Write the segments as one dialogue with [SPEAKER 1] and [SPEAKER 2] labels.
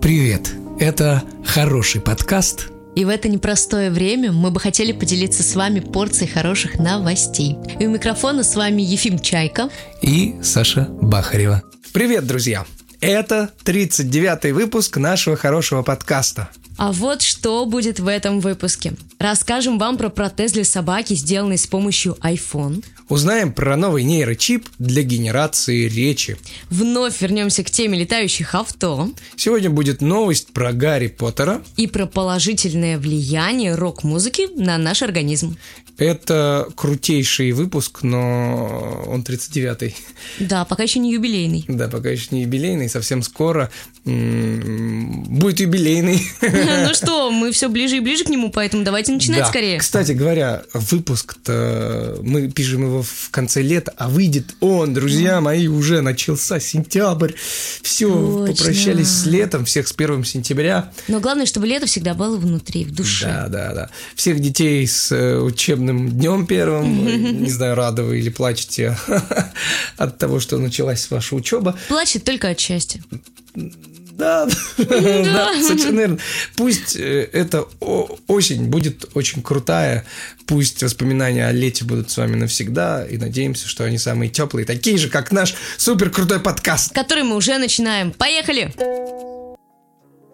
[SPEAKER 1] Привет! Это хороший подкаст.
[SPEAKER 2] И в это непростое время мы бы хотели поделиться с вами порцией хороших новостей. И у микрофона с вами Ефим Чайка.
[SPEAKER 1] И Саша Бахарева.
[SPEAKER 3] Привет, друзья! Это 39-й выпуск нашего хорошего подкаста.
[SPEAKER 4] А вот что будет в этом выпуске. Расскажем вам про протез для собаки, сделанный с помощью iPhone.
[SPEAKER 3] Узнаем про новый нейрочип для генерации речи.
[SPEAKER 4] Вновь вернемся к теме летающих авто
[SPEAKER 3] Сегодня будет новость про Гарри Поттера.
[SPEAKER 4] и про положительное влияние рок-музыки на наш организм.
[SPEAKER 3] Это крутейший выпуск, но он 39-й.
[SPEAKER 4] Да, пока еще не юбилейный.
[SPEAKER 3] Да, пока еще не юбилейный, совсем скоро м, будет юбилейный.
[SPEAKER 4] Ну что, мы все ближе и ближе к нему, поэтому давайте начинать
[SPEAKER 3] Да.
[SPEAKER 4] скорее.
[SPEAKER 3] Кстати говоря, выпуск-то мы пишем его в конце лета, а выйдет он, друзья мои, уже начался сентябрь. Все,
[SPEAKER 4] Точно.
[SPEAKER 3] попрощались с летом, всех с первым сентября.
[SPEAKER 4] Но главное, чтобы лето всегда было внутри, в душе.
[SPEAKER 3] Да, да, да. Всех детей с э, учебным днем первым. Не знаю, рады вы или плачете от того, что началась ваша учеба.
[SPEAKER 4] Плачет только от счастья.
[SPEAKER 3] Да, да, совершенно верно. Пусть э, эта о- осень будет очень крутая, пусть воспоминания о лете будут с вами навсегда, и надеемся, что они самые теплые, такие же, как наш супер крутой подкаст.
[SPEAKER 4] который мы уже начинаем. Поехали!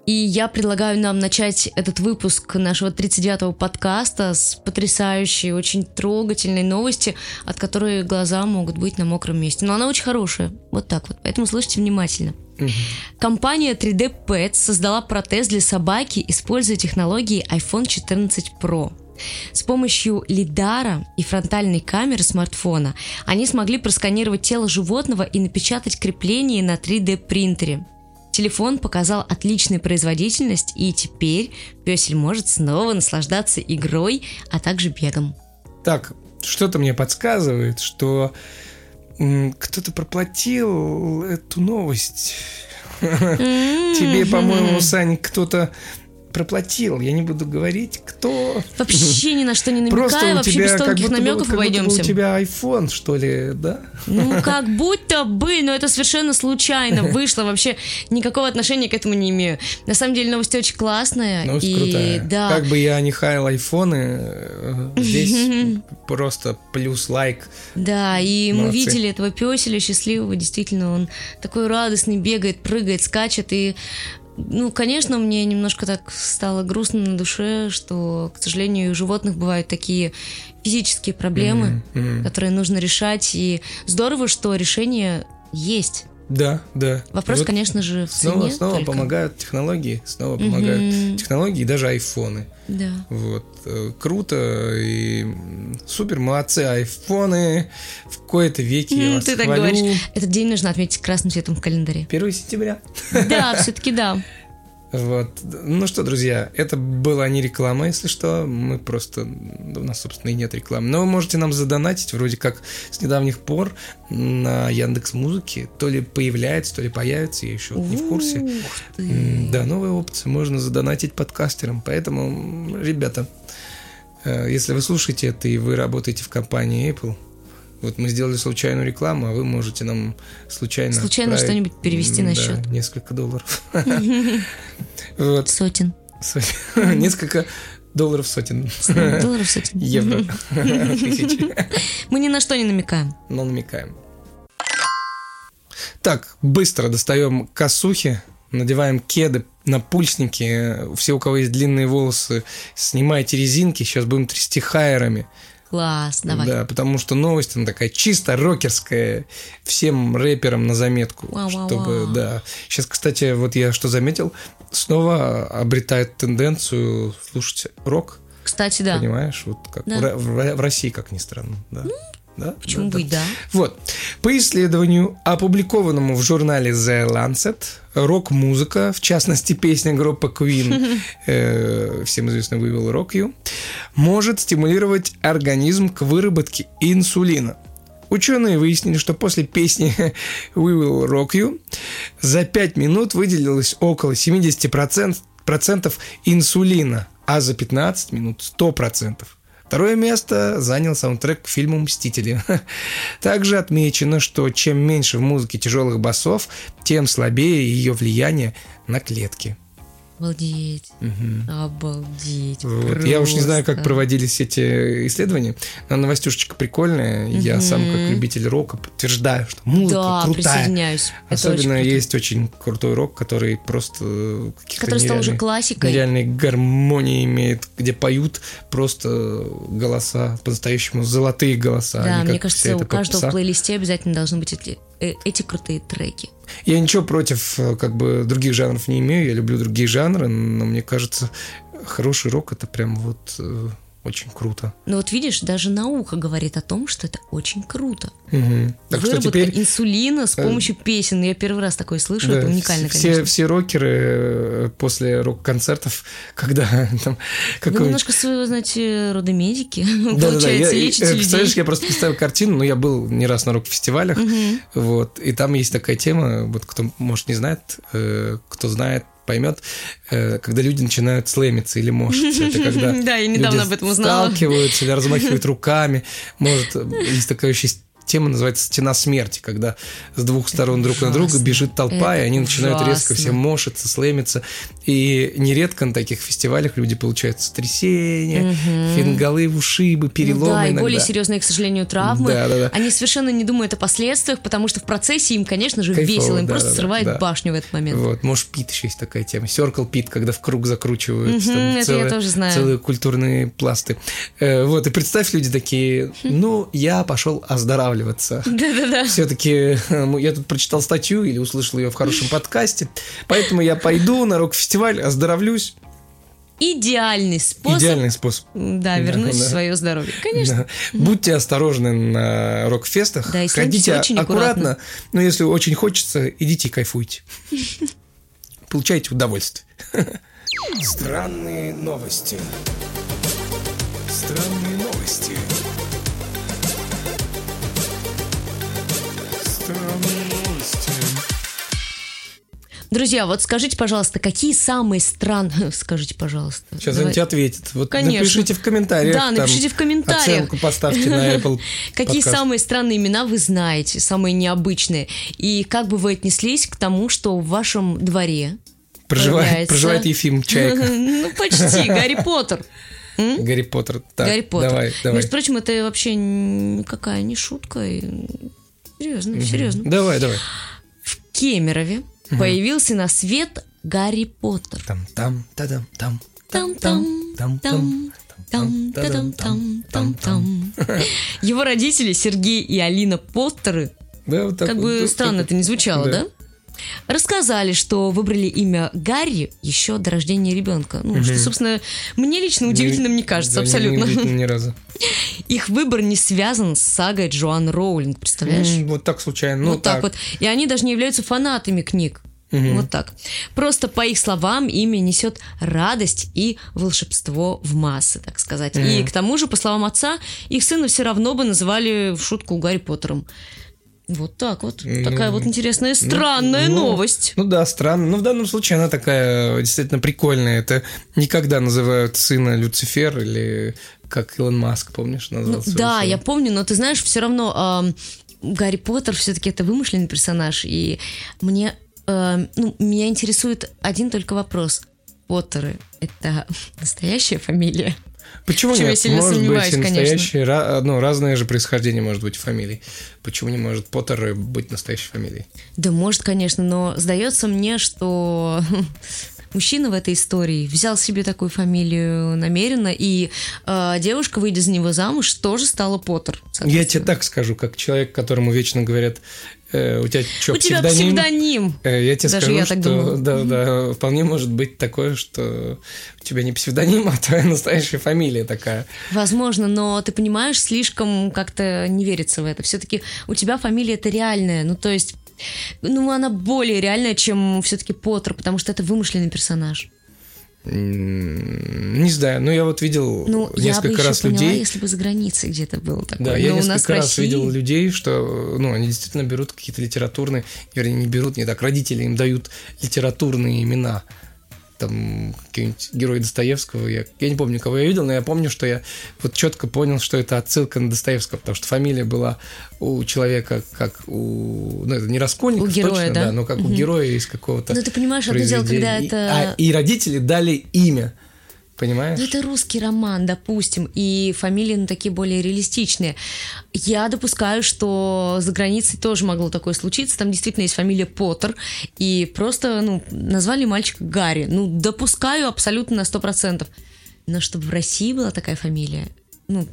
[SPEAKER 4] И я предлагаю нам начать этот выпуск нашего 39-го подкаста с потрясающей, очень трогательной новости, от которой глаза могут быть на мокром месте. Но она очень хорошая. Вот так вот. Поэтому слушайте внимательно. Компания 3D Pets создала протез для собаки, используя технологии iPhone 14 Pro. С помощью лидара и фронтальной камеры смартфона они смогли просканировать тело животного и напечатать крепление на 3D принтере. Телефон показал отличную производительность, и теперь песель может снова наслаждаться игрой, а также бегом.
[SPEAKER 3] Так, что-то мне подсказывает, что м, кто-то проплатил эту новость. Тебе,
[SPEAKER 4] Тебе,
[SPEAKER 3] по-моему, Сань, кто-то проплатил. Я не буду говорить, кто.
[SPEAKER 4] Вообще ни на что не намекая,
[SPEAKER 3] Просто у
[SPEAKER 4] вообще
[SPEAKER 3] тебя
[SPEAKER 4] без
[SPEAKER 3] как
[SPEAKER 4] тонких
[SPEAKER 3] будто бы-
[SPEAKER 4] намеков
[SPEAKER 3] как будто бы
[SPEAKER 4] обойдемся.
[SPEAKER 3] У тебя iPhone, что ли, да?
[SPEAKER 4] Ну, как будто бы, но это совершенно случайно вышло. Вообще никакого отношения к этому не имею. На самом деле новость очень классная.
[SPEAKER 3] Новость
[SPEAKER 4] и
[SPEAKER 3] Ну, крутая.
[SPEAKER 4] да.
[SPEAKER 3] Как бы я не хаял айфоны, э, здесь просто плюс лайк.
[SPEAKER 4] Да, и мы
[SPEAKER 3] Молодцы.
[SPEAKER 4] видели этого песеля счастливого, действительно, он такой радостный, бегает, прыгает, скачет, и, ну, конечно, мне немножко так стало грустно на душе, что, к сожалению, у животных бывают такие физические проблемы,
[SPEAKER 3] Мгм, мгм.
[SPEAKER 4] которые нужно решать, и здорово, что решение есть.
[SPEAKER 3] Да, да.
[SPEAKER 4] Вопрос,
[SPEAKER 3] Вот
[SPEAKER 4] конечно же, в
[SPEAKER 3] Снова,
[SPEAKER 4] цене
[SPEAKER 3] снова
[SPEAKER 4] только.
[SPEAKER 3] помогают технологии, снова помогают технологии, даже айфоны.
[SPEAKER 4] Да.
[SPEAKER 3] Вот. э, Круто и м, супер молодцы айфоны. В кои-то веки я
[SPEAKER 4] М,
[SPEAKER 3] вас
[SPEAKER 4] Ты так
[SPEAKER 3] хвалю.
[SPEAKER 4] говоришь. Этот день нужно отметить красным цветом в календаре.
[SPEAKER 3] 1 сентября.
[SPEAKER 4] Да, все-таки да.
[SPEAKER 3] Вот. Ну что, друзья, это была не реклама, если что. Мы просто... ну, У нас, собственно, и нет рекламы. Но вы можете нам задонатить, вроде как с недавних пор на Яндекс Музыке. То ли появляется, то ли появится, я еще вот не в курсе.
[SPEAKER 4] Ух ты.
[SPEAKER 3] М, Да, новые опции можно задонатить подкастерам. Поэтому, м, ребята, э, если вы слушаете это и вы работаете в компании Apple, вот мы сделали случайную рекламу, а вы можете нам случайно...
[SPEAKER 4] Случайно
[SPEAKER 3] отправить,
[SPEAKER 4] что-нибудь перевести
[SPEAKER 3] м,
[SPEAKER 4] на
[SPEAKER 3] да,
[SPEAKER 4] счет.
[SPEAKER 3] несколько долларов. Вот.
[SPEAKER 4] Сотен.
[SPEAKER 3] Со- Несколько долларов сотен.
[SPEAKER 4] Долларов сотен.
[SPEAKER 3] Евро. Тысяч.
[SPEAKER 4] Мы ни на что не намекаем.
[SPEAKER 3] Но намекаем. Так, быстро достаем косухи, надеваем кеды на пульсники. Все, у кого есть длинные волосы, снимайте резинки. Сейчас будем трясти хайерами.
[SPEAKER 4] Класс, давай.
[SPEAKER 3] Да, потому что новость, она такая чисто рокерская. Всем рэперам на заметку.
[SPEAKER 4] Вау-вау-вау.
[SPEAKER 3] Чтобы, да. Сейчас, кстати, вот я что заметил, снова обретает тенденцию слушать рок.
[SPEAKER 4] Кстати, да.
[SPEAKER 3] Понимаешь, вот как
[SPEAKER 4] Да. Ну,
[SPEAKER 3] в, Ро- в Ро- в России, как ни странно. Да. Да,
[SPEAKER 4] Почему
[SPEAKER 3] да,
[SPEAKER 4] бы и да?
[SPEAKER 3] Вот. По исследованию, опубликованному в журнале The Lancet, рок-музыка, в частности песня группы Queen, э, всем известно We Will Rock You, может стимулировать организм к выработке инсулина. Ученые выяснили, что после песни We Will Rock You за 5 минут выделилось около 70% процентов инсулина, а за 15 минут 100%. Второе место занял саундтрек к фильму «Мстители». Также отмечено, что чем меньше в музыке тяжелых басов, тем слабее ее влияние на клетки.
[SPEAKER 4] Обалдеть.
[SPEAKER 3] Мгм.
[SPEAKER 4] Обалдеть.
[SPEAKER 3] Вот. Я уж не знаю, как
[SPEAKER 4] просто.
[SPEAKER 3] проводились эти исследования, но новостюшечка прикольная. Я сам, как любитель рока, подтверждаю, что музыка
[SPEAKER 4] Да,
[SPEAKER 3] крутая.
[SPEAKER 4] присоединяюсь. Это очень
[SPEAKER 3] Особенно
[SPEAKER 4] круто.
[SPEAKER 3] есть очень крутой рок, который просто э, каких-то
[SPEAKER 4] Который стал уже
[SPEAKER 3] нереальных-
[SPEAKER 4] классикой.
[SPEAKER 3] Реальные гармонии имеет, где поют просто голоса, по-настоящему золотые голоса. а не
[SPEAKER 4] Да,
[SPEAKER 3] как
[SPEAKER 4] мне
[SPEAKER 3] вся
[SPEAKER 4] кажется,
[SPEAKER 3] эта
[SPEAKER 4] у каждого
[SPEAKER 3] попса.
[SPEAKER 4] в плейлисте обязательно должны быть эти, э, эти крутые треки.
[SPEAKER 3] Я ничего против э, как бы других жанров не имею, я люблю другие жанры, но мне кажется, хороший рок это прям вот э, очень круто.
[SPEAKER 4] Но вот видишь, даже наука говорит о том, что это очень круто.
[SPEAKER 3] Мгм. Так что
[SPEAKER 4] Выработка
[SPEAKER 3] теперь э,
[SPEAKER 4] инсулина с помощью песен. Я первый раз такое слышу,
[SPEAKER 3] да,
[SPEAKER 4] это уникально,
[SPEAKER 3] все,
[SPEAKER 4] конечно.
[SPEAKER 3] все рокеры э, после рок-концертов, когда
[SPEAKER 4] Ну,
[SPEAKER 3] там
[SPEAKER 4] Вы
[SPEAKER 3] какой-нибудь
[SPEAKER 4] немножко, своего, знаете, родомедики,
[SPEAKER 3] Да-да-да, я-
[SPEAKER 4] получается,
[SPEAKER 3] я-
[SPEAKER 4] лечите
[SPEAKER 3] э,
[SPEAKER 4] людей.
[SPEAKER 3] Представляешь, я просто представил картину, но я был не раз на рок-фестивалях, вот, и там есть такая тема, вот кто, может, не знает, э, кто знает, поймет, э, когда люди начинают слэмиться или может. Это когда
[SPEAKER 4] Да, я недавно
[SPEAKER 3] люди
[SPEAKER 4] об этом узнала.
[SPEAKER 3] сталкиваются или размахивают руками. Может, э, есть такая еще с- тема, называется «Стена смерти», когда с двух сторон друг на друга
[SPEAKER 4] ужасно.
[SPEAKER 3] бежит толпа,
[SPEAKER 4] Это
[SPEAKER 3] и они начинают резко
[SPEAKER 4] ужасно.
[SPEAKER 3] все мошиться, слэмиться. И нередко на таких фестивалях люди получают сотрясения, фингалы в ушибы, переломы
[SPEAKER 4] Ну да, и
[SPEAKER 3] иногда.
[SPEAKER 4] более серьезные, к сожалению, травмы.
[SPEAKER 3] Да-да-да.
[SPEAKER 4] Они совершенно не думают о последствиях, потому что в процессе им, конечно же,
[SPEAKER 3] Кайфово,
[SPEAKER 4] весело, им просто
[SPEAKER 3] да-да-да,
[SPEAKER 4] срывает
[SPEAKER 3] да.
[SPEAKER 4] башню в этот момент.
[SPEAKER 3] Вот, может, пит еще есть такая тема. Circle пит, когда в круг закручивают
[SPEAKER 4] Мгм, это я тоже знаю.
[SPEAKER 3] целые культурные пласты. Э, вот, и представь, люди такие, ну, я пошел оздоравливаться.
[SPEAKER 4] Да-да-да.
[SPEAKER 3] Все-таки э, я тут прочитал статью или услышал ее в хорошем подкасте, поэтому я пойду на рок-фестиваль, оздоровлюсь.
[SPEAKER 4] Идеальный способ.
[SPEAKER 3] Идеальный способ.
[SPEAKER 4] Да,
[SPEAKER 3] Да,
[SPEAKER 4] вернуть
[SPEAKER 3] да.
[SPEAKER 4] свое здоровье. Конечно.
[SPEAKER 3] Да. Будьте осторожны на рок-фестах.
[SPEAKER 4] Да, и следите
[SPEAKER 3] Ходите
[SPEAKER 4] очень
[SPEAKER 3] аккуратно,
[SPEAKER 4] аккуратно.
[SPEAKER 3] но если очень хочется, идите и кайфуйте. Получайте удовольствие. Странные новости. Странные новости. Странные новости.
[SPEAKER 4] Друзья, вот скажите, пожалуйста, какие самые странные... Скажите, пожалуйста.
[SPEAKER 3] Сейчас
[SPEAKER 4] давай.
[SPEAKER 3] они тебе ответят. Вот
[SPEAKER 4] Конечно.
[SPEAKER 3] напишите в комментариях.
[SPEAKER 4] Да,
[SPEAKER 3] там
[SPEAKER 4] напишите в комментариях.
[SPEAKER 3] Оценку поставьте на Apple.
[SPEAKER 4] Какие
[SPEAKER 3] подкаст.
[SPEAKER 4] самые странные имена вы знаете, самые необычные? И как бы вы отнеслись к тому, что в вашем дворе...
[SPEAKER 3] проживает,
[SPEAKER 4] появляется?
[SPEAKER 3] проживает Ефим Чайка.
[SPEAKER 4] Ну, почти, Гарри Поттер.
[SPEAKER 3] Гарри Поттер. Так,
[SPEAKER 4] Гарри Поттер.
[SPEAKER 3] Давай, давай.
[SPEAKER 4] Между прочим, это вообще никакая не шутка. и, м, Серьезно, серьезно.
[SPEAKER 3] Давай, давай.
[SPEAKER 4] В Кемерове появился на свет Гарри Поттер.
[SPEAKER 3] Там, там, та-дам, там.
[SPEAKER 4] Там-там,
[SPEAKER 3] там,
[SPEAKER 4] там, там, там, там, там, там. Его родители Сергей и Алина Поттеры,
[SPEAKER 3] Да, вот так
[SPEAKER 4] как
[SPEAKER 3] вот,
[SPEAKER 4] бы
[SPEAKER 3] вот
[SPEAKER 4] странно
[SPEAKER 3] так
[SPEAKER 4] это не звучало,
[SPEAKER 3] Да.
[SPEAKER 4] да? Рассказали, что выбрали имя Гарри еще до рождения ребенка. Ну, что, собственно, мне лично
[SPEAKER 3] вот.
[SPEAKER 4] удивительным не
[SPEAKER 3] Да,
[SPEAKER 4] кажется,
[SPEAKER 3] не- не
[SPEAKER 4] абсолютно.
[SPEAKER 3] удивительно ни разу.
[SPEAKER 4] Их выбор не связан с сагой Джоан Роулинг, представляешь?
[SPEAKER 3] М, Вот так случайно. Ну,
[SPEAKER 4] вот так. вот. И они даже не являются фанатами книг. Вот так. Просто, по их словам, имя несет радость и волшебство в массы, так сказать. И к тому же, по словам отца, их сына все равно бы называли в шутку Гарри Поттером. Вот так вот. Такая вот интересная, странная
[SPEAKER 3] ну,
[SPEAKER 4] новость.
[SPEAKER 3] Ну да, странно. Но в данном случае она такая э, действительно прикольная. Это никогда называют сына Люцифер или как Илон Маск, помнишь, назвал
[SPEAKER 4] Ну,
[SPEAKER 3] своего
[SPEAKER 4] да,
[SPEAKER 3] сына?
[SPEAKER 4] я помню, но ты знаешь, все равно ам, Гарри Поттер все-таки это вымышленный персонаж, и мне, ам, ну, меня интересует один только вопрос. Поттеры — это настоящая фамилия?
[SPEAKER 3] Почему
[SPEAKER 4] Почему я
[SPEAKER 3] нет?
[SPEAKER 4] сильно
[SPEAKER 3] может быть,
[SPEAKER 4] сомневаюсь,
[SPEAKER 3] и
[SPEAKER 4] конечно.
[SPEAKER 3] настоящие, ра- ну, разное же происхождение может быть фамилий. Почему не может Поттер быть настоящей фамилией?
[SPEAKER 4] Да, может, конечно, но сдается мне, что мужчина в этой истории взял себе такую фамилию намеренно, и э, девушка, выйдя за него замуж, тоже стала Поттер.
[SPEAKER 3] Я тебе
[SPEAKER 4] соответственно.
[SPEAKER 3] так скажу, как человек, которому вечно говорят, э, у тебя что,
[SPEAKER 4] У тебя псевдоним.
[SPEAKER 3] Э, Я тебе
[SPEAKER 4] Даже
[SPEAKER 3] скажу,
[SPEAKER 4] я так
[SPEAKER 3] что
[SPEAKER 4] думала.
[SPEAKER 3] да, да, вполне может быть такое, что у тебя не псевдоним, а твоя настоящая фамилия такая.
[SPEAKER 4] Возможно, но ты понимаешь, слишком как-то не верится в это. Все-таки у тебя фамилия это реальная, ну то есть, ну она более реальная, чем все-таки Поттер, потому что это вымышленный персонаж.
[SPEAKER 3] М, Не знаю, но я вот видел
[SPEAKER 4] Ну я бы
[SPEAKER 3] несколько
[SPEAKER 4] еще
[SPEAKER 3] раз
[SPEAKER 4] поняла,
[SPEAKER 3] людей.
[SPEAKER 4] если бы за границей где-то было такое.
[SPEAKER 3] Да, я
[SPEAKER 4] но у нас в
[SPEAKER 3] несколько раз
[SPEAKER 4] России-
[SPEAKER 3] видел людей, что ну, они действительно берут какие-то литературные, вернее, не берут, не так, родители им дают литературные имена. там какие-нибудь герои Достоевского. Я, я не помню, кого я видел, но я помню, что я вот четко понял, что это отсылка на Достоевского, потому что фамилия была у человека как у... Ну, это не Раскольников,
[SPEAKER 4] У героя,
[SPEAKER 3] точно,
[SPEAKER 4] да?
[SPEAKER 3] да? но как у героя из какого-то
[SPEAKER 4] Ну, ты понимаешь, одно дело, когда
[SPEAKER 3] произведения. И-
[SPEAKER 4] это-
[SPEAKER 3] а, и родители дали имя, понимаешь?
[SPEAKER 4] Ну, это русский роман, допустим, и фамилии, ну, такие более реалистичные. Я допускаю, что за границей тоже могло такое случиться. Там действительно есть фамилия Поттер, и просто, ну, назвали мальчика Гарри. Ну, допускаю абсолютно на 100%. Но чтобы в России была такая фамилия, ну,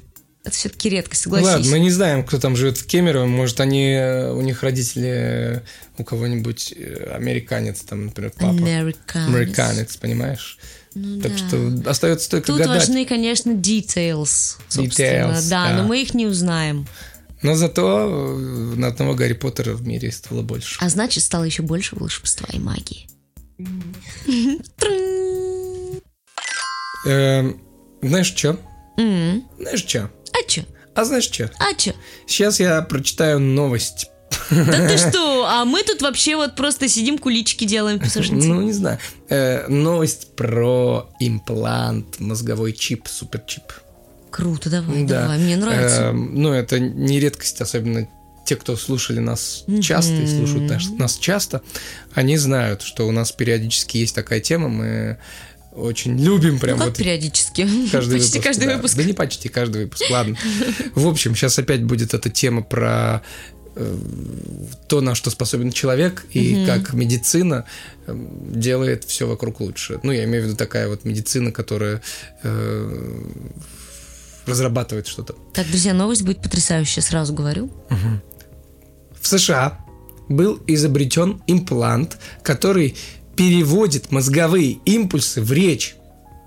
[SPEAKER 4] это все-таки редкость,
[SPEAKER 3] Ну
[SPEAKER 4] согласись.
[SPEAKER 3] Ладно, мы не знаем, кто там живет в Кемерово. Может, они э, у них родители э, у кого-нибудь э, американец, там, например, папа.
[SPEAKER 4] Americanus.
[SPEAKER 3] Американец, понимаешь?
[SPEAKER 4] Ну
[SPEAKER 3] так
[SPEAKER 4] да.
[SPEAKER 3] что остается только
[SPEAKER 4] Тут
[SPEAKER 3] гадать.
[SPEAKER 4] важны, конечно, details, собственно.
[SPEAKER 3] Details,
[SPEAKER 4] да,
[SPEAKER 3] да.
[SPEAKER 4] но мы их не узнаем.
[SPEAKER 3] Но зато э, на одного Гарри Поттера в мире стало больше.
[SPEAKER 4] А значит, стало еще больше волшебства и магии.
[SPEAKER 3] Эм, знаешь что?
[SPEAKER 4] М.
[SPEAKER 3] Знаешь что?
[SPEAKER 4] А чё?
[SPEAKER 3] А знаешь что?
[SPEAKER 4] А чё?
[SPEAKER 3] Сейчас я прочитаю новость.
[SPEAKER 4] Да ты что? А мы тут вообще вот просто сидим, куличики делаем, песочницы.
[SPEAKER 3] Ну, не знаю. Э, новость про имплант, мозговой чип, суперчип.
[SPEAKER 4] Круто, давай,
[SPEAKER 3] Да.
[SPEAKER 4] давай, мне нравится.
[SPEAKER 3] Эм, Ну, это не редкость, особенно те, кто слушали нас часто и слушают наш- нас часто, они знают, что у нас периодически есть такая тема, мы очень любим
[SPEAKER 4] Ну
[SPEAKER 3] прям
[SPEAKER 4] как
[SPEAKER 3] вот
[SPEAKER 4] периодически?
[SPEAKER 3] каждый
[SPEAKER 4] Почти
[SPEAKER 3] выпуск,
[SPEAKER 4] каждый
[SPEAKER 3] да.
[SPEAKER 4] выпуск.
[SPEAKER 3] Да не почти каждый выпуск, ладно. В общем, сейчас опять будет эта тема про э, то, на что способен человек, и как медицина э, делает все вокруг лучше. Ну, я имею в виду такая вот медицина, которая э, разрабатывает что-то.
[SPEAKER 4] Так, друзья, новость будет потрясающая, сразу говорю.
[SPEAKER 3] В США был изобретен имплант, который переводит мозговые импульсы в речь.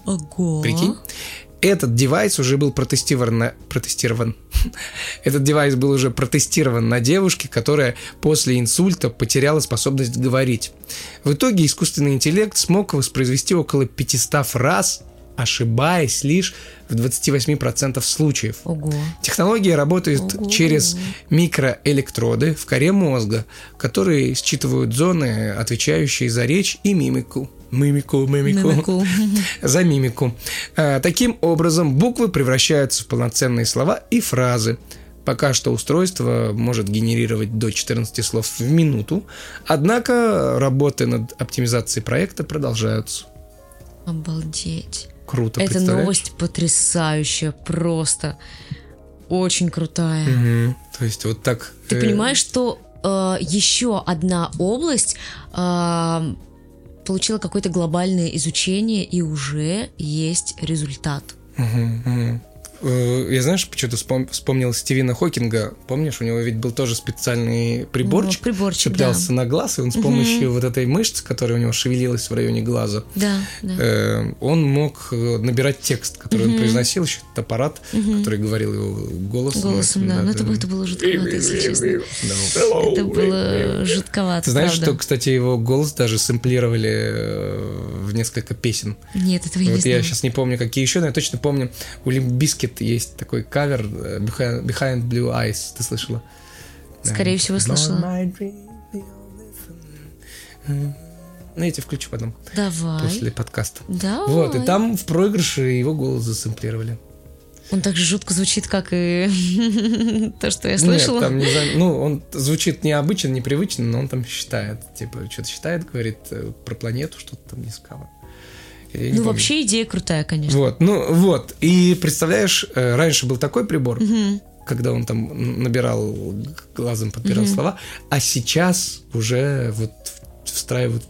[SPEAKER 4] Ого.
[SPEAKER 3] Прикинь? Этот девайс уже был протестирован, на- протестирован. Этот девайс был уже протестирован на девушке, которая после инсульта потеряла способность говорить. В итоге искусственный интеллект смог воспроизвести около 500 фраз, ошибаясь лишь в 28% случаев.
[SPEAKER 4] Ого.
[SPEAKER 3] Технология работает через микроэлектроды в коре мозга, которые считывают зоны, отвечающие за речь и мимику. Мимику, мимику.
[SPEAKER 4] Мимику.
[SPEAKER 3] За мимику. Э, Таким образом, буквы превращаются в полноценные слова и фразы. Пока что устройство может генерировать до 14 слов в минуту, однако работы над оптимизацией проекта продолжаются.
[SPEAKER 4] Обалдеть.
[SPEAKER 3] Круто,
[SPEAKER 4] Эта
[SPEAKER 3] представляешь?
[SPEAKER 4] новость потрясающая, просто очень крутая.
[SPEAKER 3] Мгм. То есть вот так...
[SPEAKER 4] Ты
[SPEAKER 3] э,
[SPEAKER 4] понимаешь, что э, еще одна область э, получила какое-то глобальное изучение и уже есть результат.
[SPEAKER 3] Мгм. Э, Я знаешь, почему-то вспом- вспомнил Стивена Хокинга. Помнишь, у него ведь был тоже специальный приборчик,
[SPEAKER 4] Ну, приборчик,
[SPEAKER 3] цеплялся на глаз, и он с помощью вот этой мышцы, которая у него шевелилась в районе глаза,
[SPEAKER 4] Да, да.
[SPEAKER 3] э, он мог э, набирать текст, который он произносил, еще этот аппарат, который говорил его голосом. Э,
[SPEAKER 4] Голосом, да. Но это, бы- это было жутковато, если честно.
[SPEAKER 3] Да.
[SPEAKER 4] Это было жутковато,
[SPEAKER 3] Ты знаешь, что,
[SPEAKER 4] правда.
[SPEAKER 3] кстати, его голос даже сэмплировали э, в несколько песен.
[SPEAKER 4] Нет, этого я не
[SPEAKER 3] Вот я
[SPEAKER 4] знала.
[SPEAKER 3] сейчас не помню, какие еще, но я точно помню, у Лимбискет есть такой кавер э, Behind Behind Blue Eyes, ты слышала?
[SPEAKER 4] Скорее всего,
[SPEAKER 3] Ignore
[SPEAKER 4] слышала.
[SPEAKER 3] my dream, you'll listen. Ну, я тебе включу потом, после
[SPEAKER 4] Давай.
[SPEAKER 3] подкаста.
[SPEAKER 4] Да.
[SPEAKER 3] Вот, и там в проигрыше его голос засэмплировали.
[SPEAKER 4] Он так же жутко звучит, как и то, что я
[SPEAKER 3] Нет,
[SPEAKER 4] слышала.
[SPEAKER 3] там не за- Ну, он звучит необычно, непривычно, но он там считает. Типа, что-то считает, говорит э, про планету, что-то там не сказано. Я не
[SPEAKER 4] Ну,
[SPEAKER 3] помню.
[SPEAKER 4] вообще идея крутая, конечно.
[SPEAKER 3] Вот, ну вот. И представляешь, э, раньше был такой прибор, когда он там н- набирал г- глазом, подбирал слова, а сейчас уже вот в- встраивают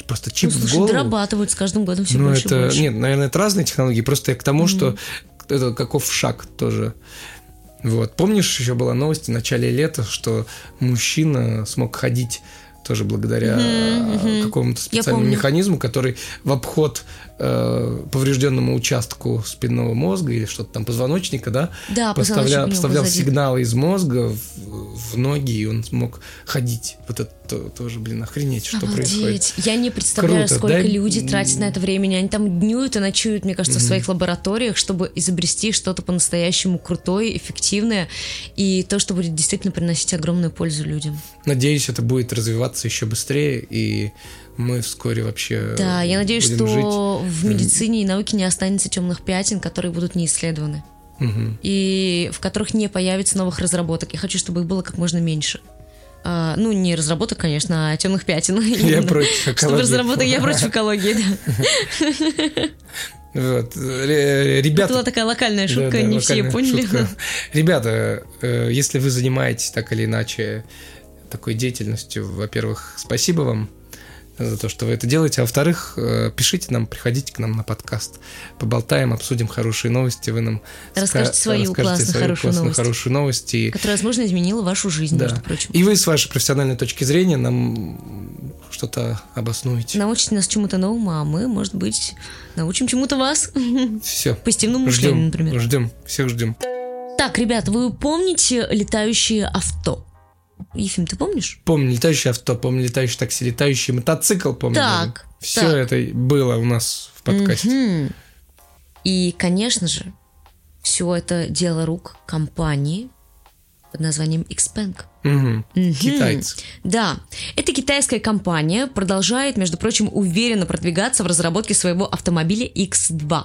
[SPEAKER 3] в- просто чип
[SPEAKER 4] Ну,
[SPEAKER 3] в
[SPEAKER 4] слушай,
[SPEAKER 3] голову.
[SPEAKER 4] дорабатывают с каждым годом все
[SPEAKER 3] ну,
[SPEAKER 4] больше и
[SPEAKER 3] это.
[SPEAKER 4] больше.
[SPEAKER 3] Нет, наверное, это разные технологии. Просто я к тому, что это каков шаг тоже. Вот. Помнишь, еще была новость в начале лета, что мужчина смог ходить тоже благодаря э, какому-то специальному
[SPEAKER 4] помню.
[SPEAKER 3] механизму, который в обход э, поврежденному участку спинного мозга или что-то там позвоночника, да, поставля-
[SPEAKER 4] Да, позвоночник у него
[SPEAKER 3] поставлял
[SPEAKER 4] позади.
[SPEAKER 3] сигналы из мозга в, в ноги, и он смог ходить. Вот это то- тоже, блин, охренеть, что происходит.
[SPEAKER 4] Обалдеть. Я не представляю,
[SPEAKER 3] Круто,
[SPEAKER 4] сколько
[SPEAKER 3] да?
[SPEAKER 4] люди тратят на это времени. Они там днюют и ночуют, мне кажется, в своих лабораториях, чтобы изобрести что-то по-настоящему крутое, эффективное и то, что будет действительно приносить огромную пользу людям.
[SPEAKER 3] Надеюсь, это будет развиваться еще быстрее, и мы вскоре вообще э,
[SPEAKER 4] Да, я надеюсь,
[SPEAKER 3] будем
[SPEAKER 4] что в медицине и науке не останется темных пятен, которые будут не исследованы.
[SPEAKER 3] жить. Мгм.
[SPEAKER 4] и в которых не появится новых разработок. Я хочу, чтобы их было как можно меньше. А, ну, не разработок, конечно, а темных пятен.
[SPEAKER 3] Я
[SPEAKER 4] Именно.
[SPEAKER 3] против
[SPEAKER 4] Чтобы
[SPEAKER 3] экологии.
[SPEAKER 4] разработок, я против экологии. да.
[SPEAKER 3] Вот. Ре- э,
[SPEAKER 4] Это
[SPEAKER 3] Ребята,
[SPEAKER 4] была такая локальная
[SPEAKER 3] Да,
[SPEAKER 4] шутка,
[SPEAKER 3] да,
[SPEAKER 4] не все
[SPEAKER 3] локальная
[SPEAKER 4] поняли.
[SPEAKER 3] шутка. Ребята, э, если вы занимаетесь так или иначе такой деятельностью, во-первых, спасибо вам за то, что вы это делаете, а во-вторых, э, пишите нам, приходите к нам на подкаст, поболтаем, обсудим хорошие новости, вы нам ска-
[SPEAKER 4] Расскажете свою классную, хорошую новость.
[SPEAKER 3] хорошую новость и
[SPEAKER 4] Которая, возможно, изменила вашу жизнь,
[SPEAKER 3] да.
[SPEAKER 4] между прочим.
[SPEAKER 3] И вы с вашей профессиональной точки зрения нам что-то обоснуете.
[SPEAKER 4] Научите нас чему-то новому, а мы, может быть, научим чему-то вас.
[SPEAKER 3] Все.
[SPEAKER 4] Позитивному мышлению,
[SPEAKER 3] Ждем,
[SPEAKER 4] например.
[SPEAKER 3] ждем, всех ждем.
[SPEAKER 4] Так, ребят, вы помните летающие авто? Ефим, ты помнишь?
[SPEAKER 3] Помню летающее авто, помню летающий такси, летающий мотоцикл, помню.
[SPEAKER 4] Так,
[SPEAKER 3] Все
[SPEAKER 4] так.
[SPEAKER 3] это было у нас в подкасте.
[SPEAKER 4] Мгм. И, конечно же, все это дело рук компании под названием Xpeng.
[SPEAKER 3] Мгм.
[SPEAKER 4] Мгм.
[SPEAKER 3] Китайцы.
[SPEAKER 4] Да, эта китайская компания продолжает, между прочим, уверенно продвигаться в разработке своего автомобиля X2.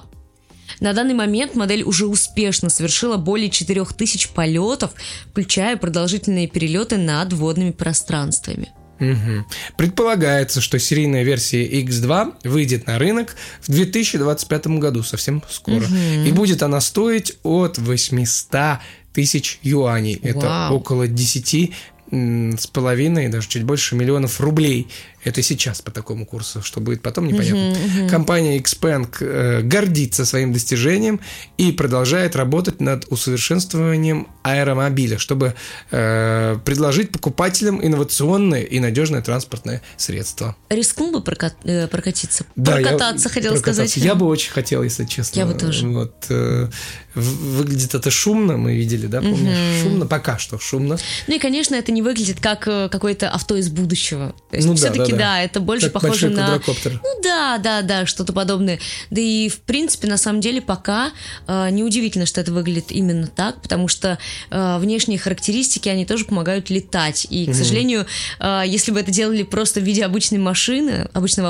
[SPEAKER 4] На данный момент модель уже успешно совершила более 4000 полетов, включая продолжительные перелеты над водными пространствами.
[SPEAKER 3] Мгм. Предполагается, что серийная версия X2 выйдет на рынок в 2025 году, совсем скоро. И будет она стоить от 800 тысяч юаней. Это
[SPEAKER 4] Вау.
[SPEAKER 3] около 10 м, с половиной, даже чуть больше миллионов рублей. Это сейчас по такому курсу, что будет потом, непонятно. Компания Xpeng э, гордится своим достижением и продолжает работать над усовершенствованием аэромобиля, чтобы э, предложить покупателям инновационные и надежные транспортные средства.
[SPEAKER 4] Рискнул бы прокат- э, прокатиться?
[SPEAKER 3] Да, я-
[SPEAKER 4] прокататься, хотела
[SPEAKER 3] прокататься.
[SPEAKER 4] сказать.
[SPEAKER 3] Я бы очень хотел, если честно.
[SPEAKER 4] Я бы тоже.
[SPEAKER 3] Вот, э, в- выглядит это шумно, мы видели, да, помнишь? Шумно, пока что шумно.
[SPEAKER 4] Ну и, конечно, это не выглядит как э, какое-то авто из будущего. То есть
[SPEAKER 3] Ну да, да,
[SPEAKER 4] все-таки, да,
[SPEAKER 3] да.
[SPEAKER 4] это больше
[SPEAKER 3] Как
[SPEAKER 4] похоже
[SPEAKER 3] большой
[SPEAKER 4] на...
[SPEAKER 3] квадрокоптер.
[SPEAKER 4] Ну да, да, да, что-то подобное. Да и, в принципе, на самом деле, пока э, неудивительно, что это выглядит именно так, потому что э, внешние характеристики, они тоже помогают летать. И, к сожалению, э, если бы это делали просто в виде обычной машины, обычного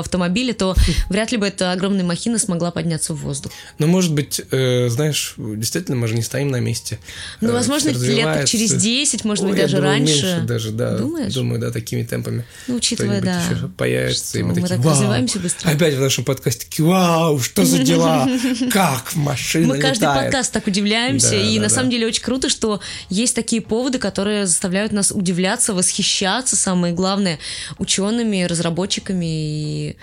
[SPEAKER 4] автомобиля, то вряд ли бы эта огромная махина смогла подняться в воздух.
[SPEAKER 3] Но, может быть, э, знаешь, действительно, мы же не стоим на месте.
[SPEAKER 4] Ну,
[SPEAKER 3] Э,
[SPEAKER 4] возможно,
[SPEAKER 3] всё
[SPEAKER 4] лет
[SPEAKER 3] развивается.
[SPEAKER 4] через 10, может
[SPEAKER 3] Ой,
[SPEAKER 4] быть,
[SPEAKER 3] я
[SPEAKER 4] даже
[SPEAKER 3] думаю,
[SPEAKER 4] раньше.
[SPEAKER 3] меньше даже, да.
[SPEAKER 4] Думаешь?
[SPEAKER 3] Думаю, да, такими темпами.
[SPEAKER 4] Ну, учитывая,
[SPEAKER 3] что-нибудь
[SPEAKER 4] да,
[SPEAKER 3] ещё появится,
[SPEAKER 4] что
[SPEAKER 3] и мы,
[SPEAKER 4] мы
[SPEAKER 3] такие,
[SPEAKER 4] так
[SPEAKER 3] «Вау».
[SPEAKER 4] развиваемся быстро.
[SPEAKER 3] Опять в нашем подкасте такие, вау, что за дела? Как машина
[SPEAKER 4] Мы каждый
[SPEAKER 3] летает?»
[SPEAKER 4] подкаст так удивляемся,
[SPEAKER 3] Да,
[SPEAKER 4] и
[SPEAKER 3] да,
[SPEAKER 4] на
[SPEAKER 3] да.
[SPEAKER 4] самом деле очень круто, что есть такие поводы, которые заставляют нас удивляться, восхищаться, самое главное, учеными, разработчиками и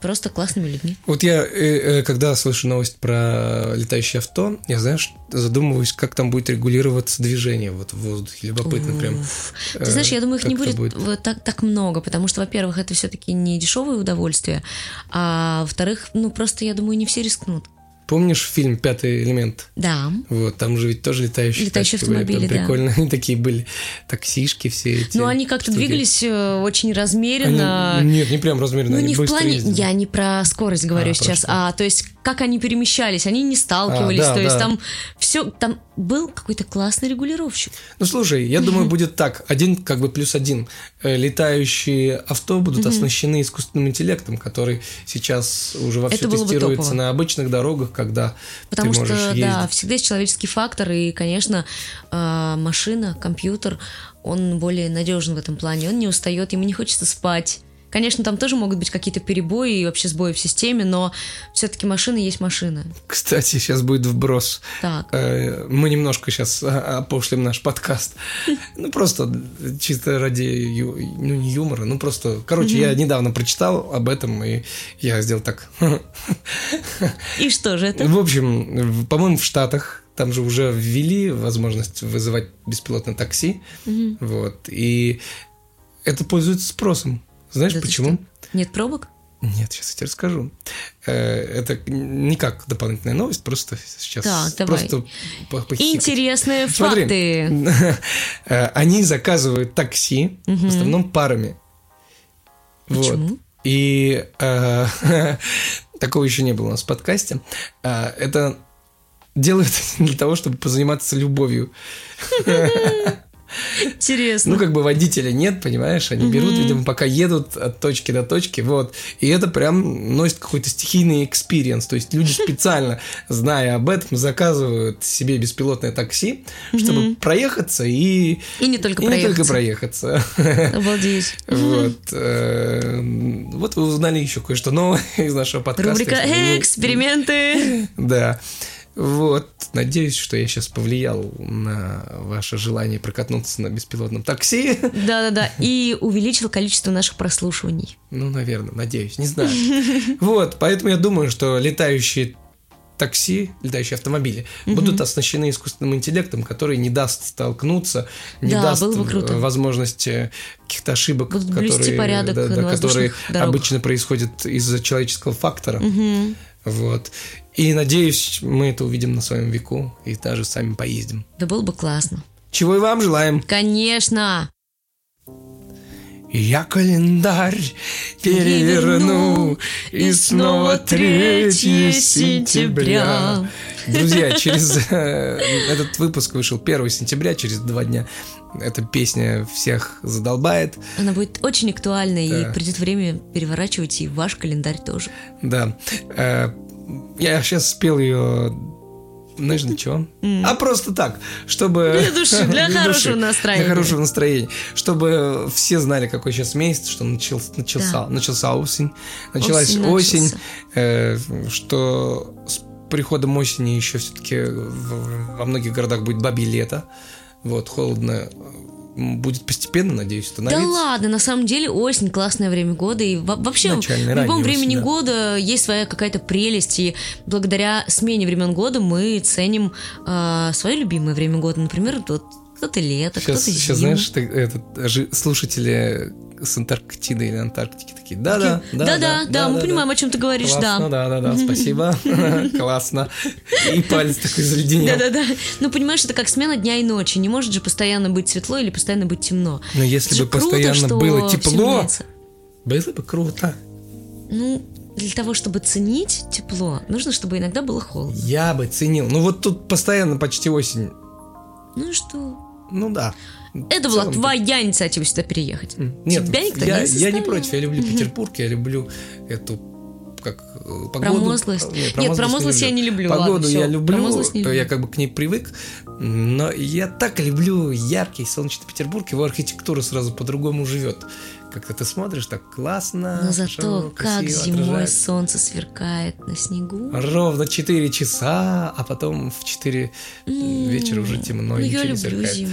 [SPEAKER 4] просто классными людьми.
[SPEAKER 3] Вот я, э, э, когда слышу новость про летающее авто, я, знаешь, задумываюсь, как там будет регулироваться движение вот в воздухе. Любопытно прям.
[SPEAKER 4] Ты знаешь, я думаю, их
[SPEAKER 3] как
[SPEAKER 4] не
[SPEAKER 3] это
[SPEAKER 4] будет,
[SPEAKER 3] Э, будет?
[SPEAKER 4] вот так, так много, потому что, во-первых, это все-таки не дешевое удовольствие, а во-вторых, ну просто, я думаю, не все рискнут.
[SPEAKER 3] Помнишь фильм «Пятый элемент»?
[SPEAKER 4] Да.
[SPEAKER 3] Вот, там же ведь тоже летающие,
[SPEAKER 4] Летающие
[SPEAKER 3] тачки были,
[SPEAKER 4] автомобили,
[SPEAKER 3] там
[SPEAKER 4] да.
[SPEAKER 3] Прикольно, они такие были. Таксишки все эти.
[SPEAKER 4] Но Ну, они как-то
[SPEAKER 3] штуки.
[SPEAKER 4] двигались э, очень
[SPEAKER 3] Они-
[SPEAKER 4] размеренно.
[SPEAKER 3] Нет, не прям размеренно,
[SPEAKER 4] Ну,
[SPEAKER 3] они
[SPEAKER 4] не в
[SPEAKER 3] быстро
[SPEAKER 4] плане,
[SPEAKER 3] ездили.
[SPEAKER 4] я не про скорость говорю
[SPEAKER 3] А,
[SPEAKER 4] сейчас,
[SPEAKER 3] просто.
[SPEAKER 4] а то есть как они перемещались, они не сталкивались,
[SPEAKER 3] А, да,
[SPEAKER 4] то есть
[SPEAKER 3] да.
[SPEAKER 4] там все, там был какой-то классный регулировщик.
[SPEAKER 3] Ну, слушай, я думаю, будет так. Один, как бы плюс один. Э, Летающие авто будут оснащены искусственным интеллектом, который сейчас уже во
[SPEAKER 4] Это
[SPEAKER 3] все
[SPEAKER 4] было бы
[SPEAKER 3] тестируется
[SPEAKER 4] топово.
[SPEAKER 3] на обычных дорогах, когда
[SPEAKER 4] Потому
[SPEAKER 3] ты
[SPEAKER 4] что,
[SPEAKER 3] можешь ездить.
[SPEAKER 4] да, всегда есть человеческий фактор, и, конечно, э, машина, компьютер, он более надежен в этом плане, он не устает, ему не хочется спать. Конечно, там тоже могут быть какие-то перебои и вообще сбои в системе, но все-таки машина есть машина.
[SPEAKER 3] Кстати, сейчас будет вброс.
[SPEAKER 4] Так.
[SPEAKER 3] Э, Мы немножко сейчас опошлим наш подкаст. Ну, просто чисто ради ю- ну, не юмора. Ну, просто... Короче, я недавно прочитал об этом, и я сделал так.
[SPEAKER 4] И что же это?
[SPEAKER 3] В общем, в- по-моему, в Штатах там же уже ввели возможность вызывать беспилотное такси. Вот. И это пользуется спросом. Знаешь
[SPEAKER 4] Да ты
[SPEAKER 3] почему?
[SPEAKER 4] Нет пробок?
[SPEAKER 3] Нет, сейчас я тебе расскажу. Э, Это не как дополнительная новость, просто сейчас
[SPEAKER 4] Так, давай.
[SPEAKER 3] просто по- похихикать.
[SPEAKER 4] Интересные
[SPEAKER 3] Смотри,
[SPEAKER 4] факты.
[SPEAKER 3] э, они заказывают такси, в основном парами. Вот.
[SPEAKER 4] Почему?
[SPEAKER 3] И э, такого еще не было у нас в подкасте. Э, Это делают для того, чтобы позаниматься любовью.
[SPEAKER 4] Интересно.
[SPEAKER 3] Ну, как бы водителя нет, понимаешь? Они берут, видимо, пока едут от точки до точки, вот. И это прям носит какой-то стихийный экспириенс. То есть люди специально, зная об этом, заказывают себе беспилотное такси, чтобы проехаться и...
[SPEAKER 4] И не только
[SPEAKER 3] и не только
[SPEAKER 4] проехать.
[SPEAKER 3] проехаться.
[SPEAKER 4] Обалдеть.
[SPEAKER 3] Вот. э, Вот вы узнали еще кое-что новое из нашего подкаста.
[SPEAKER 4] Рубрика
[SPEAKER 3] если вы-
[SPEAKER 4] «Эксперименты».
[SPEAKER 3] Да. Вот, надеюсь, что я сейчас повлиял на ваше желание прокатнуться на беспилотном такси.
[SPEAKER 4] Да-да-да. И увеличил количество наших прослушиваний.
[SPEAKER 3] Ну, наверное, надеюсь, не знаю. Вот, поэтому я думаю, что летающие такси, летающие автомобили будут оснащены искусственным интеллектом, который не даст столкнуться, не
[SPEAKER 4] Да,
[SPEAKER 3] даст
[SPEAKER 4] было бы круто.
[SPEAKER 3] э, возможности каких-то ошибок,
[SPEAKER 4] Будут блюсти
[SPEAKER 3] которые, э,
[SPEAKER 4] порядок на
[SPEAKER 3] которые
[SPEAKER 4] воздушных дорогах.
[SPEAKER 3] обычно происходят из-за человеческого фактора.
[SPEAKER 4] Мгм.
[SPEAKER 3] Вот. И надеюсь, мы это увидим на своем веку и даже сами поездим.
[SPEAKER 4] Да было бы классно.
[SPEAKER 3] Чего и вам желаем.
[SPEAKER 4] Конечно.
[SPEAKER 3] Я календарь переверну, и снова 3 сентября. Друзья, через э, этот выпуск вышел 1 сентября, через два дня. Эта песня всех задолбает.
[SPEAKER 4] Она будет очень актуальна,
[SPEAKER 3] Да.
[SPEAKER 4] и придет время переворачивать и ваш календарь тоже.
[SPEAKER 3] Да. Э, Я сейчас спел ее... Знаешь, для чего? А просто так, чтобы...
[SPEAKER 4] Для души, для хорошего настроения.
[SPEAKER 3] Для хорошего настроения. Чтобы все знали, какой сейчас месяц, что начал- начался,
[SPEAKER 4] Да.
[SPEAKER 3] начался осень, началась
[SPEAKER 4] Осень
[SPEAKER 3] осень,
[SPEAKER 4] начался.
[SPEAKER 3] э, что с приходом осени еще все-таки во многих городах будет бабье лето. Вот, холодно м, будет постепенно, надеюсь,
[SPEAKER 4] Да
[SPEAKER 3] становиться.
[SPEAKER 4] ладно, на самом деле осень классное время года, и во- вообще
[SPEAKER 3] Начальная,
[SPEAKER 4] в любом
[SPEAKER 3] ранняя
[SPEAKER 4] времени
[SPEAKER 3] осень, да.
[SPEAKER 4] года есть своя какая-то прелесть, и благодаря смене времен года мы ценим э, свое любимое время года. Например, вот кто-то лето,
[SPEAKER 3] Сейчас,
[SPEAKER 4] кто-то зима.
[SPEAKER 3] сейчас знаешь, ты- этот, жи- слушатели с Антарктиды или Антарктики такие, да-да, да-да,
[SPEAKER 4] да, да, да, мы понимаем, о чем ты говоришь,
[SPEAKER 3] Классно,
[SPEAKER 4] да.
[SPEAKER 3] да, да, да, спасибо, классно. И палец такой заледенел.
[SPEAKER 4] Да-да-да. Ну, понимаешь, это как смена дня и ночи. Не может же постоянно быть светло или постоянно быть темно.
[SPEAKER 3] Но если
[SPEAKER 4] Это же
[SPEAKER 3] бы
[SPEAKER 4] круто,
[SPEAKER 3] постоянно
[SPEAKER 4] что
[SPEAKER 3] было
[SPEAKER 4] всё
[SPEAKER 3] тепло,
[SPEAKER 4] меняется.
[SPEAKER 3] было бы круто.
[SPEAKER 4] Ну, для того, чтобы ценить тепло, нужно, чтобы иногда было холодно.
[SPEAKER 3] Я бы ценил. Ну вот тут постоянно почти осень.
[SPEAKER 4] Ну и что?
[SPEAKER 3] Ну да.
[SPEAKER 4] Это,
[SPEAKER 3] В
[SPEAKER 4] Влад,
[SPEAKER 3] целом-то-
[SPEAKER 4] твоя инициатива сюда переехать.
[SPEAKER 3] Нет,
[SPEAKER 4] Тебя никто
[SPEAKER 3] я,
[SPEAKER 4] не
[SPEAKER 3] я не
[SPEAKER 4] заставлял.
[SPEAKER 3] против, я люблю Петербург, я люблю эту как э, погоду.
[SPEAKER 4] Промозглость.
[SPEAKER 3] Про-
[SPEAKER 4] Нет, промозглость я не люблю, ладно,
[SPEAKER 3] Погоду
[SPEAKER 4] всё,
[SPEAKER 3] я люблю,
[SPEAKER 4] промозглость не
[SPEAKER 3] то я
[SPEAKER 4] люблю.
[SPEAKER 3] как бы к ней привык, но я так люблю яркий солнечный Петербург, его архитектура сразу по-другому живет. Как-то ты смотришь, так классно.
[SPEAKER 4] Но зато
[SPEAKER 3] широко,
[SPEAKER 4] как
[SPEAKER 3] красиво,
[SPEAKER 4] зимой
[SPEAKER 3] отражает.
[SPEAKER 4] солнце сверкает на снегу.
[SPEAKER 3] Ровно 4 часа, а потом в 4 вечера уже темно.
[SPEAKER 4] Ну,
[SPEAKER 3] и
[SPEAKER 4] я
[SPEAKER 3] ничего не
[SPEAKER 4] люблю
[SPEAKER 3] сверкает.
[SPEAKER 4] зиму.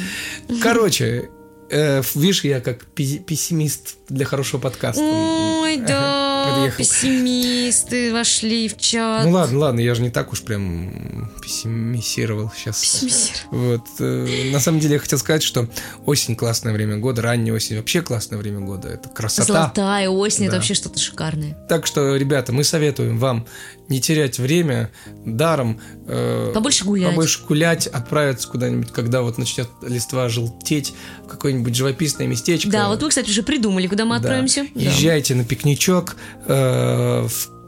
[SPEAKER 3] Короче, э, видишь, я как пи- пессимист для хорошего подкаста.
[SPEAKER 4] Ой, да,
[SPEAKER 3] Подъехал.
[SPEAKER 4] пессимисты вошли в чат.
[SPEAKER 3] Ну ладно, ладно, я же не так уж прям пессимисировал сейчас.
[SPEAKER 4] Пессимисировал.
[SPEAKER 3] Вот. э, на самом деле я хотел сказать, что осень классное время года, ранняя осень вообще классное время года. Это красота.
[SPEAKER 4] Золотая осень, это
[SPEAKER 3] Да.
[SPEAKER 4] вообще что-то шикарное.
[SPEAKER 3] Так что, ребята, мы советуем вам не терять время даром. э,
[SPEAKER 4] Побольше гулять.
[SPEAKER 3] Побольше гулять, отправиться куда-нибудь, когда вот начнет листва желтеть в какое-нибудь живописное местечко.
[SPEAKER 4] Да, вот вы, кстати, уже придумали, куда
[SPEAKER 3] Да.
[SPEAKER 4] мы отправимся. Да.
[SPEAKER 3] Езжайте на пикничок, э,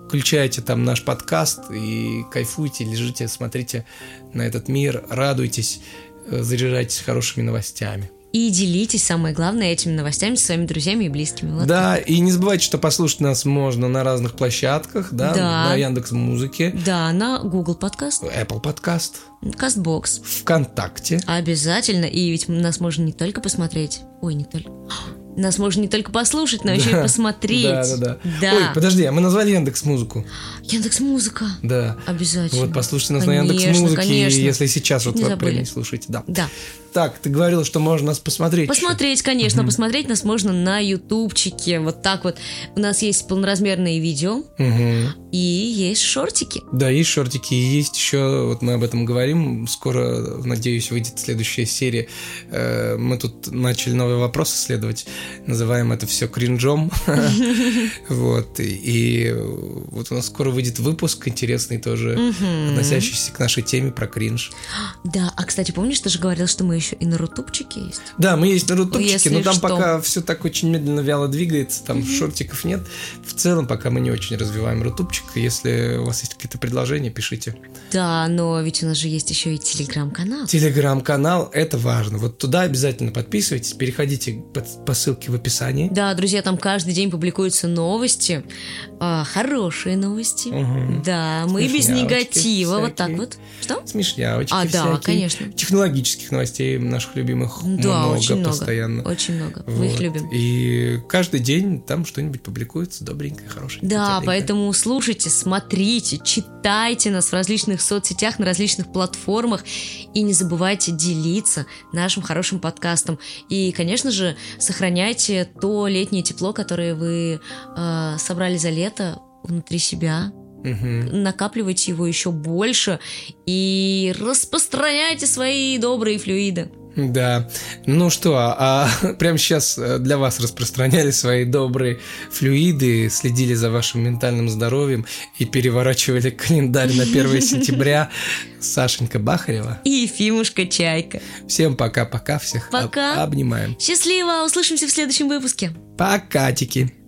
[SPEAKER 3] включайте там наш подкаст и кайфуйте, лежите, смотрите на этот мир, радуйтесь, э, заряжайтесь хорошими новостями.
[SPEAKER 4] И делитесь, самое главное, этими новостями со своими друзьями и близкими. Ладно?
[SPEAKER 3] Да, и не забывайте, что послушать нас можно на разных площадках, да,
[SPEAKER 4] Да.
[SPEAKER 3] на Яндекс Музыке,
[SPEAKER 4] Да, на Google подкаст,
[SPEAKER 3] Apple Подкаст,
[SPEAKER 4] Кастбокс.
[SPEAKER 3] ВКонтакте.
[SPEAKER 4] Обязательно, и ведь нас можно не только посмотреть, ой, не только, нас можно не только послушать, но еще и посмотреть.
[SPEAKER 3] Да, да, да. Ой, подожди, а мы назвали Яндекс Музыку.
[SPEAKER 4] Яндекс Музыка.
[SPEAKER 3] Да.
[SPEAKER 4] Обязательно.
[SPEAKER 3] Вот послушайте нас на
[SPEAKER 4] Конечно,
[SPEAKER 3] Яндекс Музыке,
[SPEAKER 4] конечно.
[SPEAKER 3] если сейчас
[SPEAKER 4] Чуть
[SPEAKER 3] вот
[SPEAKER 4] не
[SPEAKER 3] вот прям
[SPEAKER 4] забыли.
[SPEAKER 3] не слушаете, да.
[SPEAKER 4] Да.
[SPEAKER 3] Так, ты говорил, что можно нас посмотреть.
[SPEAKER 4] Посмотреть, конечно, посмотреть нас можно на ютубчике, вот так вот. У нас есть полноразмерные видео
[SPEAKER 3] Мгм.
[SPEAKER 4] и есть шортики.
[SPEAKER 3] Да, есть шортики, и есть еще, вот мы об этом говорим, скоро, надеюсь, выйдет следующая серия. Э, Мы тут начали новый вопрос исследовать. называем это все кринжом. Вот. И- И вот у нас скоро выйдет выпуск интересный тоже, относящийся к нашей теме про кринж.
[SPEAKER 4] Да, а кстати, помнишь, ты же говорил, что мы еще и на рутубчике есть?
[SPEAKER 3] Да, мы есть на рутубчике,
[SPEAKER 4] Если
[SPEAKER 3] но там
[SPEAKER 4] что.
[SPEAKER 3] пока все так очень медленно, вяло двигается, там шортиков нет. В целом, пока мы не очень развиваем рутубчик. Если у вас есть какие-то предложения, пишите.
[SPEAKER 4] Да, но ведь у нас же есть еще и телеграм-канал.
[SPEAKER 3] Телеграм-канал – это важно. Вот туда обязательно подписывайтесь, переходите под- по ссылке в описании.
[SPEAKER 4] Да, друзья, там каждый день публикуются новости, а, хорошие новости.
[SPEAKER 3] Мгм.
[SPEAKER 4] Да, мы без
[SPEAKER 3] Смешнявочки
[SPEAKER 4] негатива, вот так
[SPEAKER 3] всякие.
[SPEAKER 4] вот. Что?
[SPEAKER 3] Смешнявочки
[SPEAKER 4] А, да,
[SPEAKER 3] всякие.
[SPEAKER 4] конечно.
[SPEAKER 3] Технологических новостей наших любимых
[SPEAKER 4] Да,
[SPEAKER 3] Ну, много,
[SPEAKER 4] очень много.
[SPEAKER 3] постоянно.
[SPEAKER 4] Очень много. Мы их
[SPEAKER 3] Вот.
[SPEAKER 4] любим.
[SPEAKER 3] И каждый день там что-нибудь публикуется добренькое, хорошенькое.
[SPEAKER 4] Да,
[SPEAKER 3] тепленькое.
[SPEAKER 4] поэтому слушайте, смотрите, читайте нас в различных соцсетях, на различных платформах и не забывайте делиться нашим хорошим подкастом. И, конечно же, сохраняйте то летнее тепло, которое вы э, собрали за лето внутри себя.
[SPEAKER 3] Мгм.
[SPEAKER 4] Накапливайте его еще больше и распространяйте свои добрые флюиды.
[SPEAKER 3] Да. Ну что, а, а, прямо сейчас для вас распространяли свои добрые флюиды, следили за вашим ментальным здоровьем и переворачивали календарь на 1 сентября. Сашенька Бахарева.
[SPEAKER 4] И Ефимушка Чайка.
[SPEAKER 3] Всем пока-пока, всех об-
[SPEAKER 4] Пока.
[SPEAKER 3] обнимаем.
[SPEAKER 4] Счастливо! Услышимся в следующем выпуске.
[SPEAKER 3] Покатики.